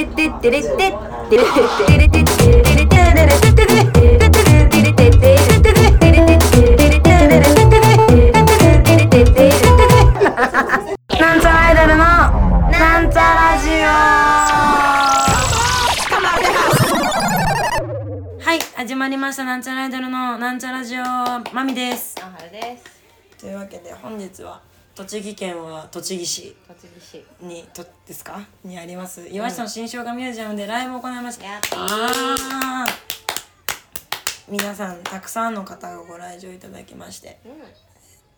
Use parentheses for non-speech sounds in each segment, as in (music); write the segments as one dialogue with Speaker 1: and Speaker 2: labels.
Speaker 1: テレテテレテレテテレテレテレテテテなんちゃらアイドルのなんちゃラジオはい始まりましたなんちゃらアイドルのなんちゃラジオまみです
Speaker 2: あはるです。
Speaker 1: というわけで本日は栃木県は栃木市
Speaker 2: 栃木市。
Speaker 1: にとですかにあります岩下の新生姜ミュージアムでライブを行いました、
Speaker 2: やっ
Speaker 1: あー皆さんたくさんの方がご来場いただきまして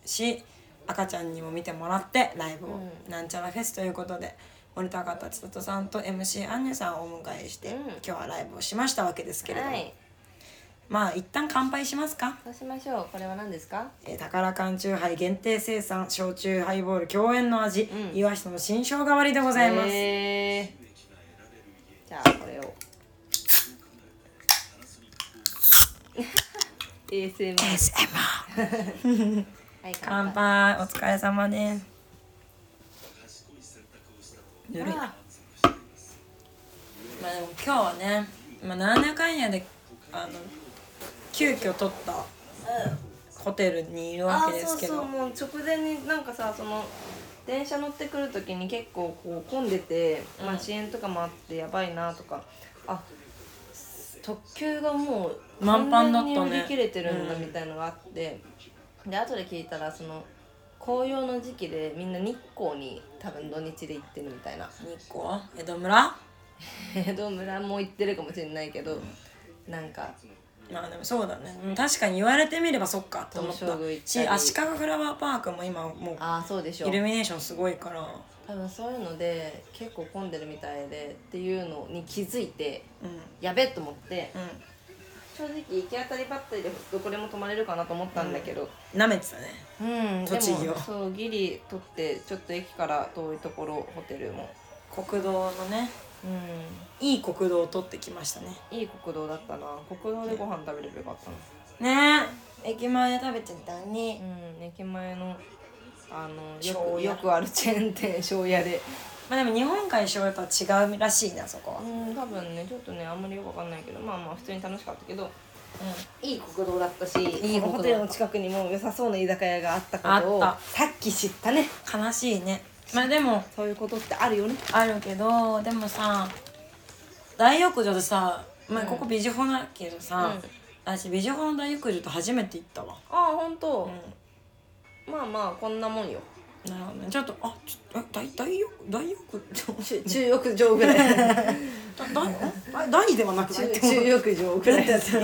Speaker 2: う
Speaker 1: し赤ちゃんにも見てもらってライブを、
Speaker 2: う
Speaker 1: なんちゃらフェスということで森田赤田千里さんと MC アンニュさんをお迎えして、
Speaker 2: うん
Speaker 1: 今日はライブをしましたわけですけれども、
Speaker 2: はい。
Speaker 1: まあ一旦乾杯しますか、
Speaker 2: そうしましょう。これは何ですか？
Speaker 1: えー、宝缶酎ハイ限定生産焼酎ハイボール共演の味、
Speaker 2: うん
Speaker 1: 岩下の新生姜割りでご
Speaker 2: ご
Speaker 1: ざいます、
Speaker 2: じゃあこれ
Speaker 1: (laughs)
Speaker 2: を。ASMR。
Speaker 1: ASMR
Speaker 2: はい。
Speaker 1: 乾。杯お疲れ様です
Speaker 2: あ
Speaker 1: ぬるい
Speaker 2: ら
Speaker 1: まあでも今日はね、まあ、なんやかんやであの急遽取ったホテルにいるわけ
Speaker 2: あ
Speaker 1: で
Speaker 2: そ
Speaker 1: す
Speaker 2: う
Speaker 1: け
Speaker 2: そ
Speaker 1: ど
Speaker 2: うもう直前になんかさその電車乗ってくる時に結構こう混んでて、まあ、遅延とかもあってやばいなとかあ特急がもう
Speaker 1: 満帆だったね
Speaker 2: 完全に売り切れてるんだ
Speaker 1: うん
Speaker 2: みたいのがあって、で後で聞いたらその紅葉の時期でみんな日光に多分土日で行ってるみたいな (laughs)
Speaker 1: 日光江戸村ま
Speaker 2: 江戸村も行ってるかもしれないけどなんか
Speaker 1: あでもそうだねうん確かに言われてみればそっかって思った
Speaker 2: 東照宮行った
Speaker 1: し
Speaker 2: り
Speaker 1: 足利フラワーパークも今も
Speaker 2: ああそうでしょ
Speaker 1: うイルミネーションすごいから
Speaker 2: 多分そういうので結構混んでるみたいでっていうのに気づいて
Speaker 1: うん
Speaker 2: やべっと思って
Speaker 1: う
Speaker 2: 正直行き当たりばったりでどこでも泊まれるかなと思ったんだけど
Speaker 1: んなめてたね
Speaker 2: うん、で
Speaker 1: 栃木を
Speaker 2: もそうギリ取ってちょっと駅から遠いところホテルも
Speaker 1: 国道のね
Speaker 2: う
Speaker 1: いい国道を取ってきましたね
Speaker 2: んいい国道だったな国道でご飯食べればよかったな
Speaker 1: ねえ駅前で食べちゃったね
Speaker 2: うん駅前のあの
Speaker 1: 庄
Speaker 2: よく
Speaker 1: 屋
Speaker 2: よくあるチェーン (laughs) 店庄屋で
Speaker 1: まあでも日本海醤油とは違うらしいなそこは
Speaker 2: う
Speaker 1: うん
Speaker 2: ん多分ねちょっとねあんまりよくわかんないけどまあまあ普通に楽しかったけどいい国道だったし
Speaker 1: いい国道だった
Speaker 2: このホテルの近くにも良さそうな居酒屋があったことを
Speaker 1: あっ
Speaker 2: さっき知ったね
Speaker 1: 悲しいねまあでも
Speaker 2: そういうことってあるよね
Speaker 1: あるけどでもさ大浴場でさ、まあ、ここ美女法だけどさ、
Speaker 2: うん
Speaker 1: 私美女法の大浴場と初めて行ったわ、
Speaker 2: ああ本当、
Speaker 1: う
Speaker 2: まあまあこんなもんよ
Speaker 1: ん、なるほどねちょっとあちょっと大大浴大浴場
Speaker 2: 中中浴場ぐらい
Speaker 1: 大大ではなくない
Speaker 2: 中
Speaker 1: って思う
Speaker 2: 中浴場ぐ
Speaker 1: だっ
Speaker 2: らい
Speaker 1: てさ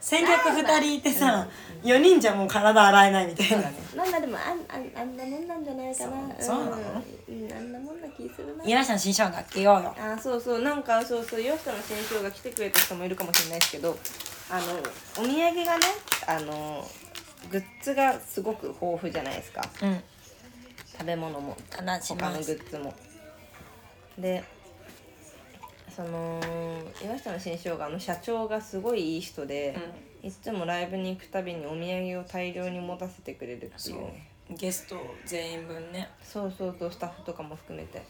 Speaker 1: 先客2人いてさ、4人じゃもう体洗えないみたいな
Speaker 2: (laughs) なんだでもあんあんあんなもんなんじゃないかな
Speaker 1: そうそうなの
Speaker 2: うん、うんあんなもんな気するな
Speaker 1: 岩下の新生姜開けようよ
Speaker 2: あーそうそうなんかそうそう吉田の先生が来てくれた人もいるかもしれないですけどあのお土産がねあのグッズがすごく豊富じゃないですか
Speaker 1: うん
Speaker 2: 食べ物も
Speaker 1: 話し
Speaker 2: 他
Speaker 1: ま
Speaker 2: の
Speaker 1: す
Speaker 2: グッズもでその岩下の新生姜の社長がすごいいい人で、いつもライブに行くたびにお土産を大量に持たせてくれるって
Speaker 1: そ
Speaker 2: いううね
Speaker 1: ゲスト全員分ね
Speaker 2: そうそうそうスタッフとかも含めて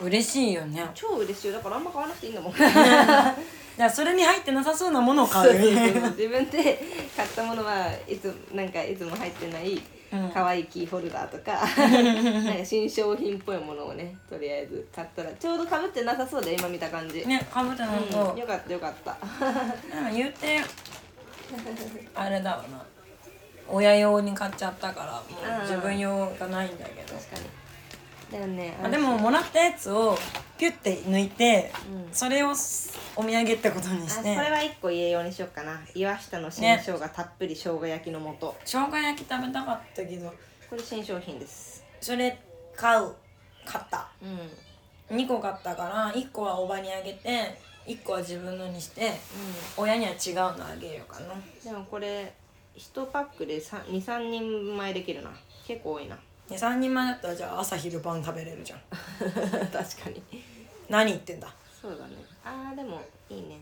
Speaker 1: 嬉しいよね
Speaker 2: 超嬉しいよだからあんま買わなくていいんだ (laughs) もん
Speaker 1: じゃあそれに入ってなさそうなものを買
Speaker 2: そう
Speaker 1: う
Speaker 2: そう
Speaker 1: よ
Speaker 2: そう
Speaker 1: ね
Speaker 2: 自分で買ったものはいつなんかいつも入ってない
Speaker 1: うん
Speaker 2: 可愛いキーホルダーと (laughs) かなんか新商品っぽいものをねとりあえず買ったらちょうどかぶってなさそうで今見た感じ、
Speaker 1: ねかぶってないと、
Speaker 2: うん、よかったよかった
Speaker 1: なんか言うてあれだわな親用に買っちゃったからもう自分用がないんだけど、
Speaker 2: 確かにだよね
Speaker 1: まあ、でももらったやつをピュッて抜いて、
Speaker 2: うん
Speaker 1: それをお土産ってことに
Speaker 2: あ
Speaker 1: し
Speaker 2: こ
Speaker 1: て
Speaker 2: れは一個家用にしようかな岩下の新生姜たっぷり生姜焼きの素、
Speaker 1: 生姜焼き食べたかったけど
Speaker 2: これ新商品です
Speaker 1: それ買う買った
Speaker 2: うんうん
Speaker 1: 2個買ったから1個はおばにあげて1個は自分のにして親には違うのあげようかな
Speaker 2: でもこれ1パックで23人前できるな結構多いな
Speaker 1: 23人前だったらじゃあ朝昼晩食べれるじゃん
Speaker 2: (laughs) 確かに
Speaker 1: 何言ってんだ
Speaker 2: そうだねあーでもいいね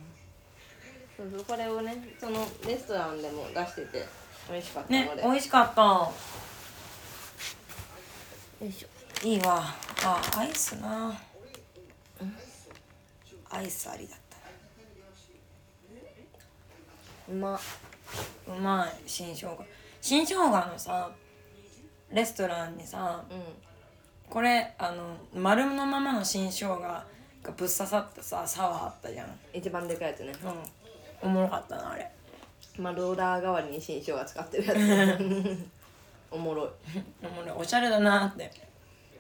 Speaker 2: そうそうこれをねそのレストランでも出してて美味しかった
Speaker 1: ね
Speaker 2: ので、
Speaker 1: 美味しかった
Speaker 2: よいしょ
Speaker 1: いいわあアイスなアイスありだった
Speaker 2: うま
Speaker 1: うまい新生姜新生姜のさレストランにさ
Speaker 2: うん
Speaker 1: これあの丸のままの新生姜がぶっ刺さったさサワーあったじゃん
Speaker 2: 一番でかいやつね
Speaker 1: うんおもろかったなあれ
Speaker 2: まあローラー代わりに新生姜使ってるやつ (laughs) おもろい
Speaker 1: おもろいおしゃれだなって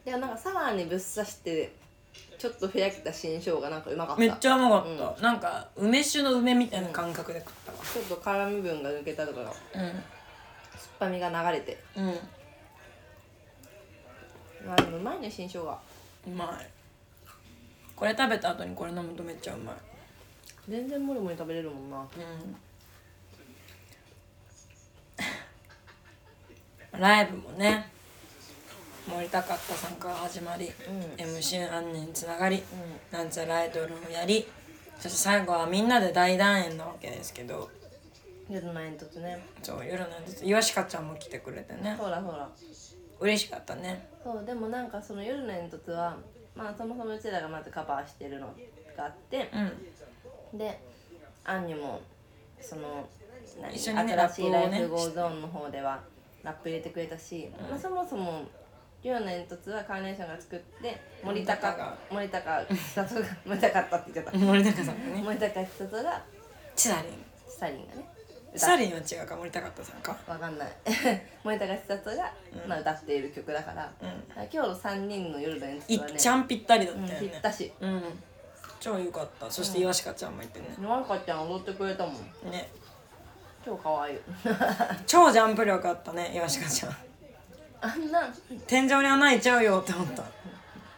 Speaker 2: でもなんかサワーにぶっ刺してちょっとふやけた新生姜なんかうまかった
Speaker 1: めっちゃうまかった、なんか梅酒の梅みたいな感覚で食ったわ
Speaker 2: ちょっと辛み分が抜けたとか酸っぱみが流れて
Speaker 1: うんうん
Speaker 2: まあでもうまいね新生姜
Speaker 1: うまいこれ食べた後にこれ飲むとめっちゃうまい
Speaker 2: 全然もりもり食べれるもんな
Speaker 1: うんライブもね盛りたかった参加が始まり、
Speaker 2: う
Speaker 1: MC 案内につながり、なんちゃらアイドルをやりそして最後はみんなで大団円なわけですけど
Speaker 2: 夜の煙突ね
Speaker 1: そう夜なんですよしかちゃんも来てくれてね
Speaker 2: ほらほら
Speaker 1: 嬉しかったね
Speaker 2: そうでもなんかその夜の煙突はまあそもそもうちらがまずカバーしてるのがあって
Speaker 1: うん
Speaker 2: でアンにもその何
Speaker 1: 一緒にね
Speaker 2: 新しいラ
Speaker 1: ラップをね
Speaker 2: イフゴーゾーンの方ではラップ入れてくれたし、まあ、そもそも夜の煙突はカーネーションが作って森高が森高千里が森高ったっ
Speaker 1: (laughs)
Speaker 2: て言っちゃっ
Speaker 1: 森高さんが
Speaker 2: た
Speaker 1: ね
Speaker 2: 森高千里が
Speaker 1: チサリン
Speaker 2: スタリンがね
Speaker 1: チサリンは違うか森高さんか
Speaker 2: わかんない (laughs) 森高千里が、まあ、歌っている曲だから、だから今日の3人の夜の煙
Speaker 1: い
Speaker 2: 突
Speaker 1: っ
Speaker 2: はね
Speaker 1: ちゃんぴったりだっ
Speaker 2: うん
Speaker 1: たよ
Speaker 2: ぴ
Speaker 1: ね
Speaker 2: ったし
Speaker 1: うん、超良かったそしてよしかちゃんもいてね、
Speaker 2: なんかちゃん踊ってくれたもん
Speaker 1: ね
Speaker 2: 超可愛い (laughs)
Speaker 1: 超ジャンプ力あったねよしかちゃん
Speaker 2: あんな
Speaker 1: 天井に穴開いちゃうよって思った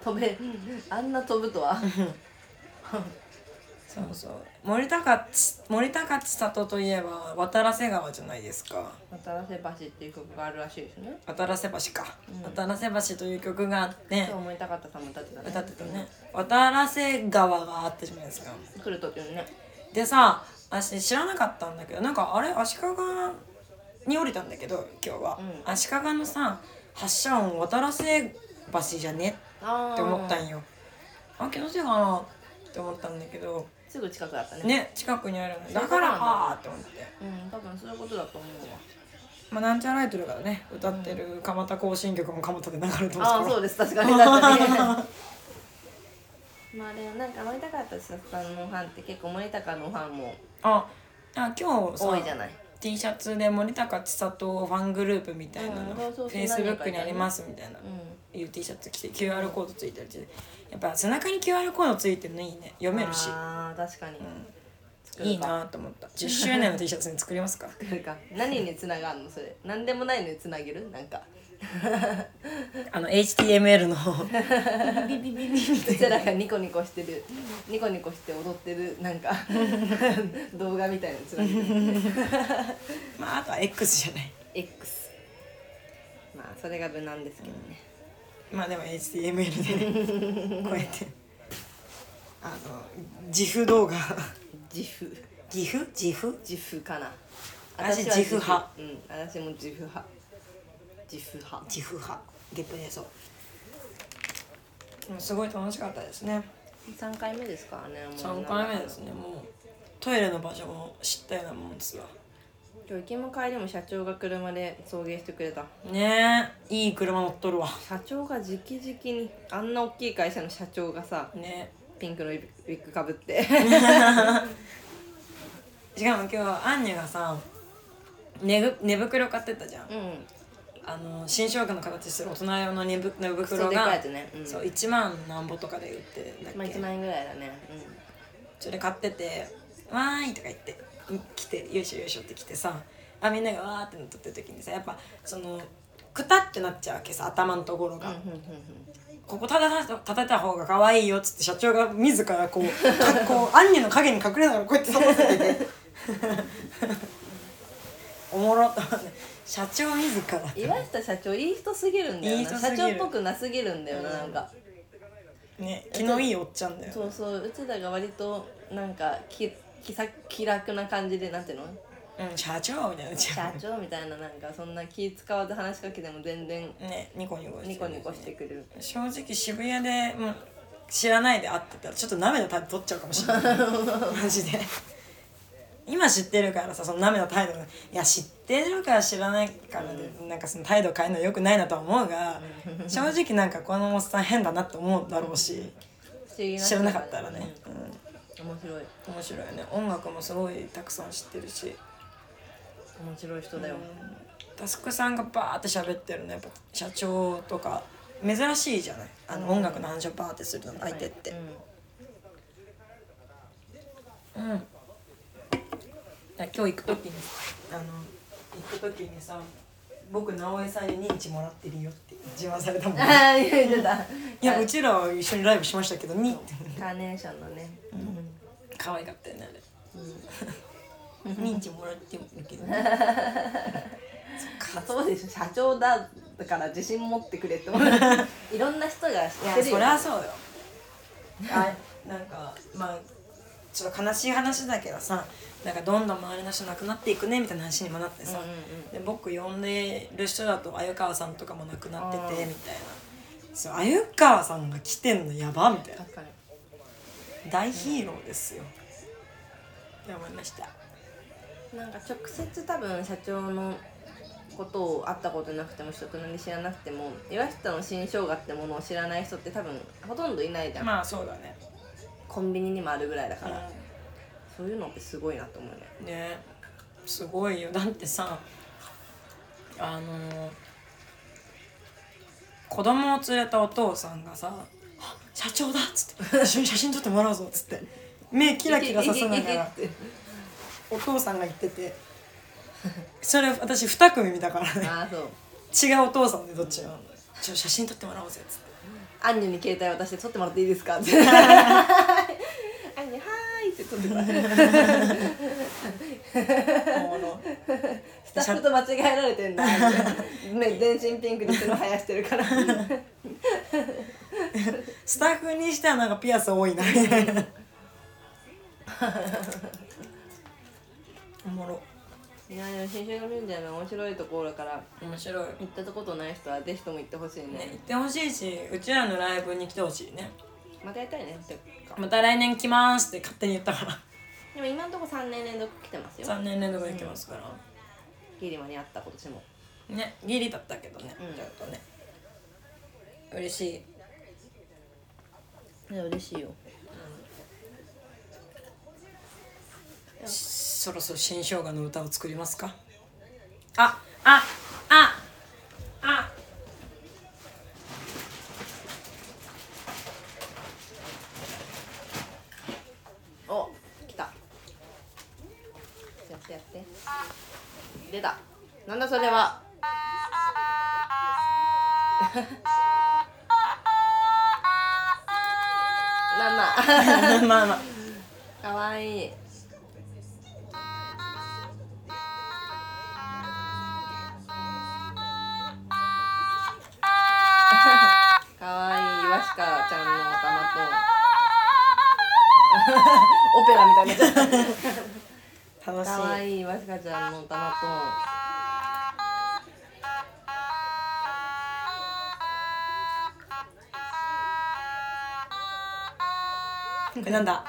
Speaker 2: 飛べあんな飛ぶとは
Speaker 1: そうそう森高ち森高千里といえば渡良瀬川じゃないですか
Speaker 2: 新瀬橋っていう曲があるらしいですね
Speaker 1: 渡良瀬橋か、渡良瀬橋という曲があって
Speaker 2: 今日思いたかったさんも歌ってたね
Speaker 1: 歌ってたね渡良瀬川があったじゃないですか
Speaker 2: 来る途中にね
Speaker 1: でさ私知らなかったんだけどなんかあれ足利に降りたんだけど今日は、
Speaker 2: うん
Speaker 1: 足利のさ発車音渡良瀬橋じゃね
Speaker 2: あ
Speaker 1: って思ったんよあ気のせいかなって思ったんだけど
Speaker 2: すぐ近くだったね
Speaker 1: ね近くにあるのだからかーって思って
Speaker 2: うん多分そういうことだと思うわ
Speaker 1: まあなんちゃらアイドルがね歌ってる蒲田行進曲も蒲田で流れてますから
Speaker 2: ああーそうです (laughs) 確かに確かにまあでもなんか森高と千里さんのファンって結構森高のファンも
Speaker 1: ああ今日さ
Speaker 2: 多いじゃない
Speaker 1: T シャツで森高千里ファングループみたいなの
Speaker 2: うんそうそう
Speaker 1: フェイスブックにありますみたいな
Speaker 2: う、ん
Speaker 1: いう T シャツ着て QR コードついてるってやっぱ背中に QR コードついてるのいいね読めるし
Speaker 2: ああ確かに、作るか
Speaker 1: いいなと思った10周年の T シャツに作りますか
Speaker 2: 作るか何につながるのそ (laughs) れ何でもないのにつなげるなん (laughs) か
Speaker 1: (laughs) あの HTML のビビビビビビみた
Speaker 2: う
Speaker 1: い
Speaker 2: ちらがニコニコしてるニコニコして踊ってるなん (laughs) か動画みたいなつなげ (laughs) てる
Speaker 1: な (laughs) まああとは X じゃない
Speaker 2: X まあそれが無難ですけどね、
Speaker 1: まあでも (laughs) HTML でこうやってあの自負動画
Speaker 2: 自負
Speaker 1: 岐阜自負
Speaker 2: 自負かな
Speaker 1: 私
Speaker 2: は
Speaker 1: 自負派
Speaker 2: うん私も自負派自負派
Speaker 1: 自負派ゲップ出そうでもすごい楽しかったですね
Speaker 2: 3回目ですからねもう
Speaker 1: 3回目ですねもうトイレの場所も知ったようなもんですわ
Speaker 2: 今日行きも帰りも社長が車で送迎してくれた
Speaker 1: ねえいい車乗っとるわ
Speaker 2: 社長が直々にあんな大きい会社の社長がさ
Speaker 1: ね
Speaker 2: ピンクのウィッグかぶっ
Speaker 1: (laughs)
Speaker 2: て
Speaker 1: しかも今日アンニュがさ寝ぐ寝袋買ってったじゃん
Speaker 2: うん
Speaker 1: あの新生姜の形してる大人用の寝ぶ寝
Speaker 2: クソ
Speaker 1: 袋
Speaker 2: でかい
Speaker 1: が
Speaker 2: やつね、うん、
Speaker 1: そう1万なんぼとかで売ってんだっけ、
Speaker 2: まあ1万円ぐらいだね、
Speaker 1: それ買ってて「わーい」とか言って来て「よいしょよいしょ」って来てさあみんながわーってなっとってる時にさやっぱそのくたってなっちゃうわけさ頭のところが、
Speaker 2: うん、うん
Speaker 1: ここ叩た叩いた方が可愛いよっつって社長が自らこうかこうアンニの影に隠れながらこうやって叩いてておもろっと思って社長自ら
Speaker 2: 岩下社長いい人すぎるんだよない
Speaker 1: い人すぎ
Speaker 2: 社
Speaker 1: る
Speaker 2: 長っぽくなすぎるんだよな、なんか
Speaker 1: ね気のいいおっちゃんだよ
Speaker 2: そうそううちらが割となんかき気さ気楽な感じでなんていうの
Speaker 1: うん社長みたいな
Speaker 2: 社長みたいななんかそんな気使わず話しかけても全然
Speaker 1: ねニコニコしてる
Speaker 2: ニコニコしてくる
Speaker 1: 正直渋谷で、まあ、知らないで会ってたらちょっと涙た取っちゃうかもしれないマジで今知ってるからさその涙態度がいや知ってるから知らないからで、なんかその態度変えるのはよくないなとは思うが正直なんかこのおっさん変だなって思うだろうし
Speaker 2: 不思議人
Speaker 1: 知らなかったらね、
Speaker 2: うん面白
Speaker 1: う
Speaker 2: い
Speaker 1: ん、面白いよね音楽もすごいたくさん知ってるし
Speaker 2: 面白い人だよ、
Speaker 1: タスクさんがバーって喋ってるのやっぱ社長とか珍しいじゃないあの音楽の話をバーってするの相手って、
Speaker 2: うん
Speaker 1: うん、だから今日行く時にあの行く時にさ僕直江さんに認知もらってるよって自慢されたもん、 (laughs) ね、
Speaker 2: ああ言って (laughs) た
Speaker 1: いやうちらは一緒にライブしましたけどにって
Speaker 2: カーネーションのね、うん
Speaker 1: 可愛かったよねあれ、 (laughs) 認知もらってるけど、ね、
Speaker 2: あそうでしょ社長だだから自信持ってくれっ
Speaker 1: (laughs)
Speaker 2: て思ういろんな人が知
Speaker 1: い
Speaker 2: っ
Speaker 1: や
Speaker 2: てる
Speaker 1: そりゃそうよ (laughs) あなんかまあちょっと悲しい話だけどさなんかどんどん周りの人亡くなっていくねみたいな話にもなってさ、
Speaker 2: うんうん
Speaker 1: で僕呼んでる人だと鮎川さんとかも亡くなっててみたいなそう鮎川さんが来てんのやばみたいな
Speaker 2: 確かに
Speaker 1: 大ヒーローですよって思いました
Speaker 2: なんか直接多分社長のことを会ったことなくても職なり知らなくても岩下の新生姜ってものを知らない人って多分ほとんどいないじゃん、
Speaker 1: まあそうだね
Speaker 2: コンビニにもあるぐらいだから、そういうのってすごいなと思うね
Speaker 1: ねすごいよだってさあの子供を連れたお父さんがさ「あ社長だ」っつって「一緒に写真撮ってもらうぞ」っつって目キラキラさせながら
Speaker 2: いけいけいけいけっ
Speaker 1: お父さんが言っててそれ私2組見たから
Speaker 2: て
Speaker 1: ね
Speaker 2: ああそう
Speaker 1: 違うお父さんでどっちも「ちょ写真撮ってもらおうぜ」っつって
Speaker 2: アンニュに携帯渡して撮ってもらっていいですか?」って「アンニュはーい」って撮って (laughs) た
Speaker 1: おもろ
Speaker 2: スタッフと間違えられてんだね全身ピンクに手の生やしてるから
Speaker 1: スタッフにしてはなんかピアス多いなみたいなおもろ
Speaker 2: いやでも新春ミュージアム面白いところだから
Speaker 1: 面白い
Speaker 2: 行ったことない人はぜひとも行ってほしいね
Speaker 1: ね、行ってほしいしうちらのライブに来てほしいね
Speaker 2: またやりたいねってか
Speaker 1: また来年来ますって勝手に言ったから
Speaker 2: でも今のところ3年連続来てますよ
Speaker 1: 3年連続で来ますから、
Speaker 2: ギリマに会った今年も
Speaker 1: ねギリだったけどね、
Speaker 2: うん
Speaker 1: ちょっとね嬉しい
Speaker 2: いや嬉しいよ
Speaker 1: そろそろ新生姜の歌を作りますかあああ
Speaker 2: (laughs)
Speaker 1: あ
Speaker 2: お来たやってやって出たなんだそれはなんだ (laughs)
Speaker 1: まあまあ
Speaker 2: かわいいかわいいわしかちゃんの頭とオペラみたいになっちゃった
Speaker 1: 楽し
Speaker 2: かわ
Speaker 1: い
Speaker 2: いいわしかちゃんの玉と
Speaker 1: これなんだ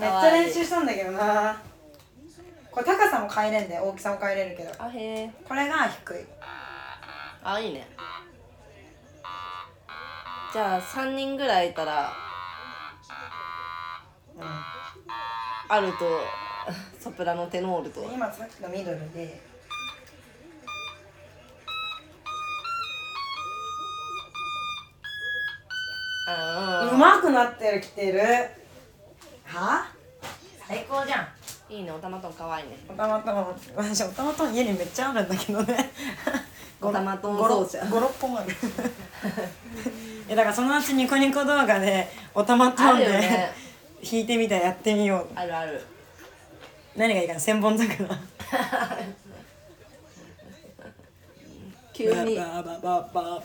Speaker 1: めっちゃ練習したんだけどなこれ高さも変えれんで大きさも変えれるけど
Speaker 2: あへえ
Speaker 1: これが低い
Speaker 2: あいいねじゃあ3人ぐらいいたら、アルと (laughs) ソプラノテノールと
Speaker 1: 今さっきの緑で
Speaker 2: あ
Speaker 1: うまくなってる来てるは最高じゃん
Speaker 2: ーいいねおたまとんかわいいね
Speaker 1: おたまとん私おたまとん家にめっちゃあるんだけどね
Speaker 2: おたまとん奏者
Speaker 1: 56本あるえだからそのうちニコニコ動画でおたまと
Speaker 2: あ
Speaker 1: ん
Speaker 2: る
Speaker 1: で、
Speaker 2: よね
Speaker 1: 弾いてみたらやってみよう
Speaker 2: あるある
Speaker 1: 何がいいかな千本桜
Speaker 2: 急に
Speaker 1: バババババ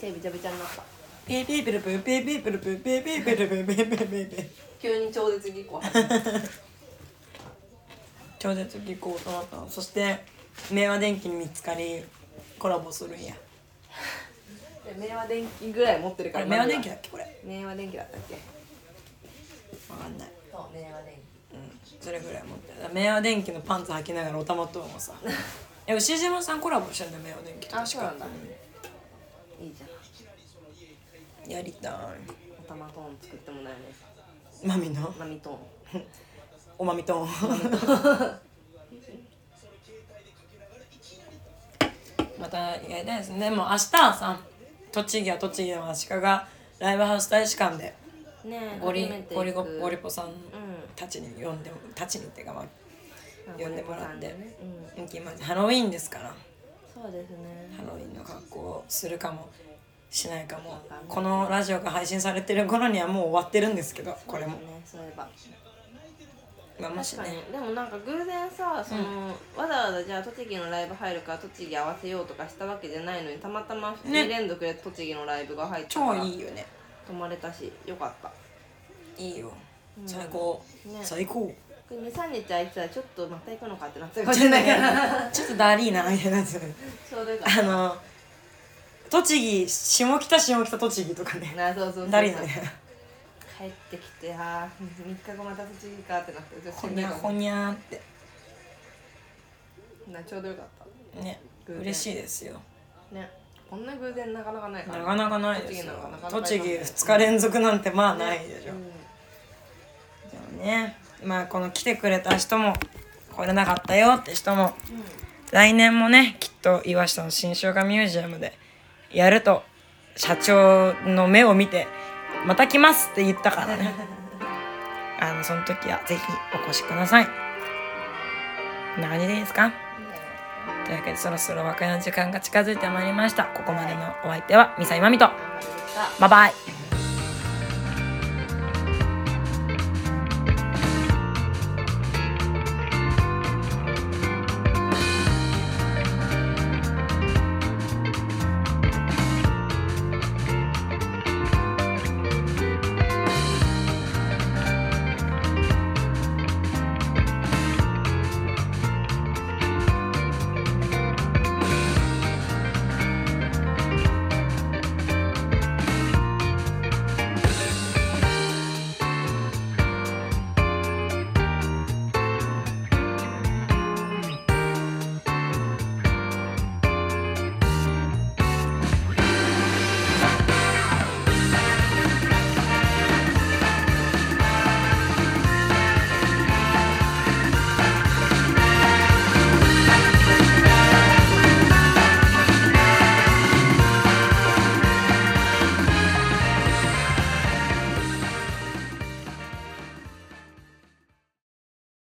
Speaker 2: 手びちゃびちゃになった
Speaker 1: ピーピーピルプーピーピーピルプーピーピーピルプーピーピーピーピーピー
Speaker 2: 急に超絶技巧始めた
Speaker 1: 超絶技巧となったのそして明和電機に見つかりコラボするんや
Speaker 2: (laughs) で明和電機ぐらい持ってる
Speaker 1: こ
Speaker 2: か
Speaker 1: れ
Speaker 2: ら
Speaker 1: 明和電機
Speaker 2: ま
Speaker 1: だっけこれ
Speaker 2: ずは明和電機だったっけ
Speaker 1: わかんない
Speaker 2: そう明和電機
Speaker 1: うんそれぐらい持ってるだから明和電機のパンツ履きながらおたまとは
Speaker 2: (laughs)
Speaker 1: もさえ牛島さんコラボしてんだよ明和電機と
Speaker 2: あ
Speaker 1: 確
Speaker 2: そう
Speaker 1: か
Speaker 2: なんだいいじゃん
Speaker 1: やりたい
Speaker 2: おたまトーン作ってもらえない
Speaker 1: マミの
Speaker 2: マミトーン
Speaker 1: おまみとんまたやりたいですねもう明日はさ栃木は栃木のアシカがライブハウス大使館で
Speaker 2: ねえ
Speaker 1: ゴリ
Speaker 2: 初めて行く
Speaker 1: ゴリゴゴリポさん
Speaker 2: うん
Speaker 1: たちに呼んでもたちにっていうかまあ呼んでもらって
Speaker 2: ゴリポさんでねうん
Speaker 1: 行きますハロウィーンですから
Speaker 2: そうですね
Speaker 1: ハロウィーンの格好をするかもしないかもこのラジオが配信されてる頃にはもう終わってるんですけどこれも
Speaker 2: ねそういえば
Speaker 1: まあもし
Speaker 2: 確か
Speaker 1: ね
Speaker 2: にでもなんか偶然さその、わざわざじゃあ栃木のライブ入るから栃木合わせようとかしたわけじゃないのにたまたま2
Speaker 1: ね
Speaker 2: 連続で栃木のライブが入ったか
Speaker 1: 超
Speaker 2: ら、
Speaker 1: いいよね
Speaker 2: 泊まれたしよかった
Speaker 1: いいよ最高、
Speaker 2: ね
Speaker 1: 最高
Speaker 2: 23日空いてたらちょっとまた行くのかってなってたかもし
Speaker 1: ちょ
Speaker 2: れ
Speaker 1: っと
Speaker 2: な
Speaker 1: (laughs)
Speaker 2: いから
Speaker 1: ねちょっとダリーなみたいなやつ
Speaker 2: ちょうどよかっ
Speaker 1: あの栃木下北下北栃木とかね
Speaker 2: たなそうそうそう
Speaker 1: ダリーなね
Speaker 2: 帰ってきてあー3日後また栃木かってなってちょっと
Speaker 1: ほにゃほにゃーって
Speaker 2: なちょうどよかった
Speaker 1: ね
Speaker 2: 偶然
Speaker 1: 嬉しいですよ
Speaker 2: ねこんな偶然なかなかないか
Speaker 1: な
Speaker 2: ら
Speaker 1: かなかないですよ
Speaker 2: 栃木なんかなかなか
Speaker 1: 栃
Speaker 2: い
Speaker 1: 木
Speaker 2: ない
Speaker 1: 2日連続なんてまあないでしょ
Speaker 2: うん
Speaker 1: でもねまあこの来てくれた人も来れなかったよって人も来年もねきっと岩下の新生姜ミュージアムでやると社長の目を見て「また来ます」って言ったからねあのその時はぜひお越しくださいこんな感じでいいですかというわけでそろそろお別れの時間が近づいてまいりましたここまでのお相手はミサイマミと
Speaker 2: 頑張りました
Speaker 1: バイバイ